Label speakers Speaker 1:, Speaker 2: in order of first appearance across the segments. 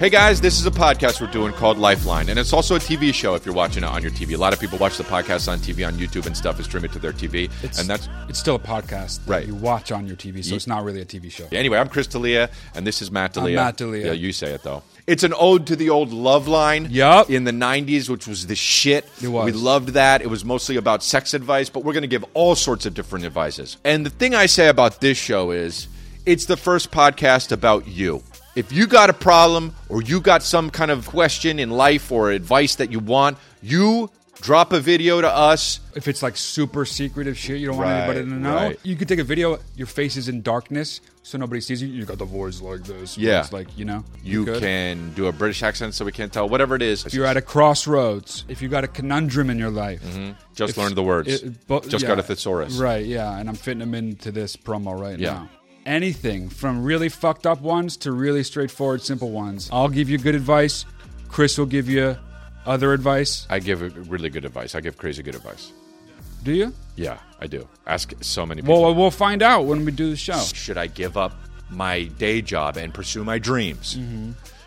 Speaker 1: Hey guys, this is a podcast we're doing called Lifeline, and it's also a TV show if you're watching it on your TV. A lot of people watch the podcast on TV, on YouTube, and stuff, and stream it to their TV.
Speaker 2: It's,
Speaker 1: and that's
Speaker 2: it's still a podcast that
Speaker 1: Right.
Speaker 2: you watch on your TV, so
Speaker 1: Ye-
Speaker 2: it's not really a TV show.
Speaker 1: Anyway, I'm Chris D'Elia, and this is Matt
Speaker 2: I'm
Speaker 1: D'Elia.
Speaker 2: Matt D'Elia.
Speaker 1: Yeah, you say it though. It's an ode to the old love line
Speaker 2: Yup.
Speaker 1: in the 90s, which was the shit.
Speaker 2: It was.
Speaker 1: We loved that. It was mostly about sex advice, but we're going to give all sorts of different advices. And the thing I say about this show is it's the first podcast about you. If you got a problem or you got some kind of question in life or advice that you want, you drop a video to us.
Speaker 2: If it's like super secretive shit, you don't
Speaker 1: Right,
Speaker 2: want anybody to know.
Speaker 1: right.
Speaker 2: You could take a video. Your face is in darkness, so nobody sees you. You got the voice like this.
Speaker 1: Yeah.
Speaker 2: it's like you know.
Speaker 1: You
Speaker 2: could.
Speaker 1: can do a British accent so we can't tell, whatever it is.
Speaker 2: If you're at a crossroads, if you got a conundrum in your life,
Speaker 1: Mm-hmm. Just
Speaker 2: if-
Speaker 1: learned the words.
Speaker 2: it- bo-
Speaker 1: Just
Speaker 2: yeah.
Speaker 1: got a thesaurus.
Speaker 2: Right, yeah, and I'm fitting them into this promo right
Speaker 1: Yeah.
Speaker 2: now. Anything from really fucked up ones to really straightforward, simple ones. I'll give you good advice. Chris will give you other advice.
Speaker 1: I give really good advice. I give crazy good advice.
Speaker 2: Do you?
Speaker 1: Yeah, I do. Ask so many people.
Speaker 2: Well, we'll find out when we do the show.
Speaker 1: Should I give up my day job and pursue my dreams?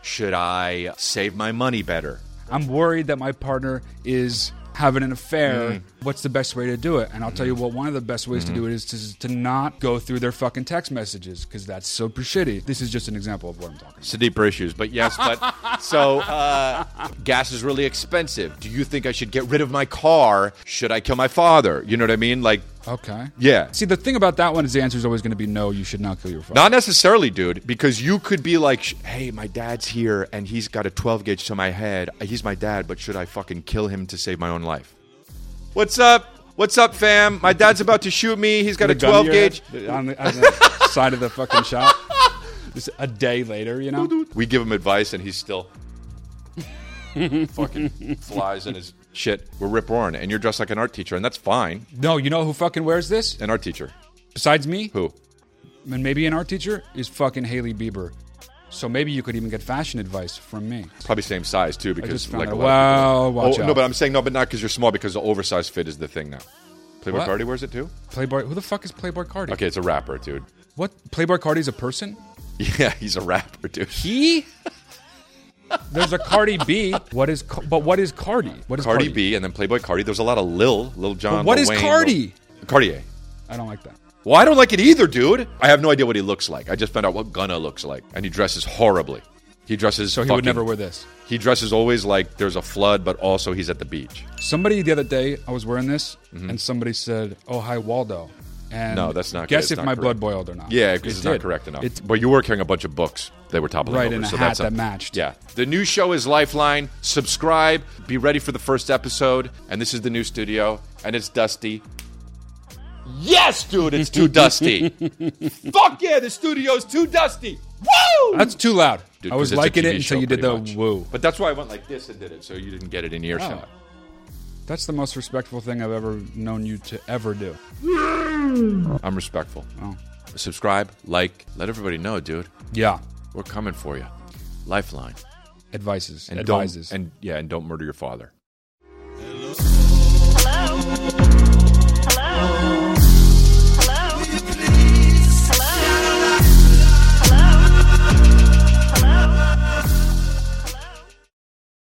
Speaker 1: Should I save my money better?
Speaker 2: I'm worried that my partner is having an affair.
Speaker 1: Mm.
Speaker 2: What's the best way to do it? And I'll tell you what, one of the best ways to do it
Speaker 1: Mm-hmm.
Speaker 2: is to, to not go through their fucking text messages because that's super shitty. This is just an example of what I'm talking about.
Speaker 1: It's the deeper issues, but yes, but so uh, gas is really expensive. Do you think I should get rid of my car? Should I kill my father? You know what I mean? Like,
Speaker 2: Okay.
Speaker 1: Yeah.
Speaker 2: See, the thing about that one is the answer is always going to be no, you should not kill your father.
Speaker 1: Not necessarily, dude, because you could be like, "Sh- hey, my dad's here and he's got a 12 gauge to my head. He's my dad, but should I fucking kill him to save my own life? What's up? What's up, fam? My dad's about to shoot me. He's got a
Speaker 2: The gun
Speaker 1: 12
Speaker 2: to your
Speaker 1: gauge.
Speaker 2: head, On the, on the side of the fucking shop. Just a day later, you know?
Speaker 1: We give him advice and he's still fucking flies in his shit. We're rip roaring and you're dressed like an art teacher and that's fine.
Speaker 2: No, you know who fucking wears this?
Speaker 1: An art teacher.
Speaker 2: Besides me,
Speaker 1: Who?
Speaker 2: and maybe an art teacher, is fucking Haley Bieber. So maybe you could even get fashion advice from me.
Speaker 1: Probably same size too because
Speaker 2: just found
Speaker 1: like
Speaker 2: out.
Speaker 1: a lot of
Speaker 2: Wow, watch
Speaker 1: people- oh, No,
Speaker 2: out.
Speaker 1: but I'm saying no, but not because you're small because the oversized fit is the thing now. Playboy
Speaker 2: What?
Speaker 1: Cardi wears it too?
Speaker 2: Playboy, who the fuck is Playboy Cardi?
Speaker 1: Okay, it's a rapper, dude.
Speaker 2: What? Playboy Cardi's a person?
Speaker 1: Yeah, he's a rapper, dude.
Speaker 2: He? There's a Cardi B. What is? Ca- But what is Cardi? What is
Speaker 1: Cardi B and then Playboy Cardi. There's a lot of Lil, Lil John.
Speaker 2: But what
Speaker 1: Lil
Speaker 2: is
Speaker 1: Wayne,
Speaker 2: Cardi?
Speaker 1: Lil- Cartier.
Speaker 2: I don't like that.
Speaker 1: Well, I don't like it either, dude. I have no idea what he looks like. I just found out what Gunna looks like, and he dresses horribly. He dresses.
Speaker 2: So he would
Speaker 1: fucking-
Speaker 2: never wear this.
Speaker 1: He dresses always like there's a flood, but also he's at the beach.
Speaker 2: Somebody the other day, I was wearing this, and somebody said, "Oh, hi, Waldo." And
Speaker 1: Mm-hmm. No, that's not good.
Speaker 2: Guess
Speaker 1: It's
Speaker 2: if
Speaker 1: not
Speaker 2: my
Speaker 1: correct.
Speaker 2: blood boiled or not.
Speaker 1: Yeah, because
Speaker 2: It
Speaker 1: it's
Speaker 2: did.
Speaker 1: not correct enough.
Speaker 2: It's
Speaker 1: but you were carrying a bunch of books that were toppling
Speaker 2: Right,
Speaker 1: over,
Speaker 2: and a
Speaker 1: so
Speaker 2: hat
Speaker 1: that's
Speaker 2: that
Speaker 1: something.
Speaker 2: matched.
Speaker 1: Yeah, the new show is Lifeline. Subscribe. Be ready for the first episode. And this is the new studio, and it's dusty. Yes, dude, it's too dusty. Fuck yeah, the studio's too dusty. Woo!
Speaker 2: that's too loud.
Speaker 1: Dude,
Speaker 2: I
Speaker 1: 'cause
Speaker 2: was
Speaker 1: it's a
Speaker 2: liking it
Speaker 1: TV
Speaker 2: until
Speaker 1: show
Speaker 2: you did the
Speaker 1: pretty much.
Speaker 2: woo.
Speaker 1: But that's why I went like this and did it, so you didn't get it in earshot.
Speaker 2: That's the most respectful thing I've ever known you to ever do.
Speaker 1: I'm respectful.
Speaker 2: Oh.
Speaker 1: Subscribe, like, let everybody know, dude.
Speaker 2: Yeah,
Speaker 1: We're coming for you. Lifeline.
Speaker 2: advices,
Speaker 1: And
Speaker 2: advises,
Speaker 1: Don't, and yeah, and don't murder your father.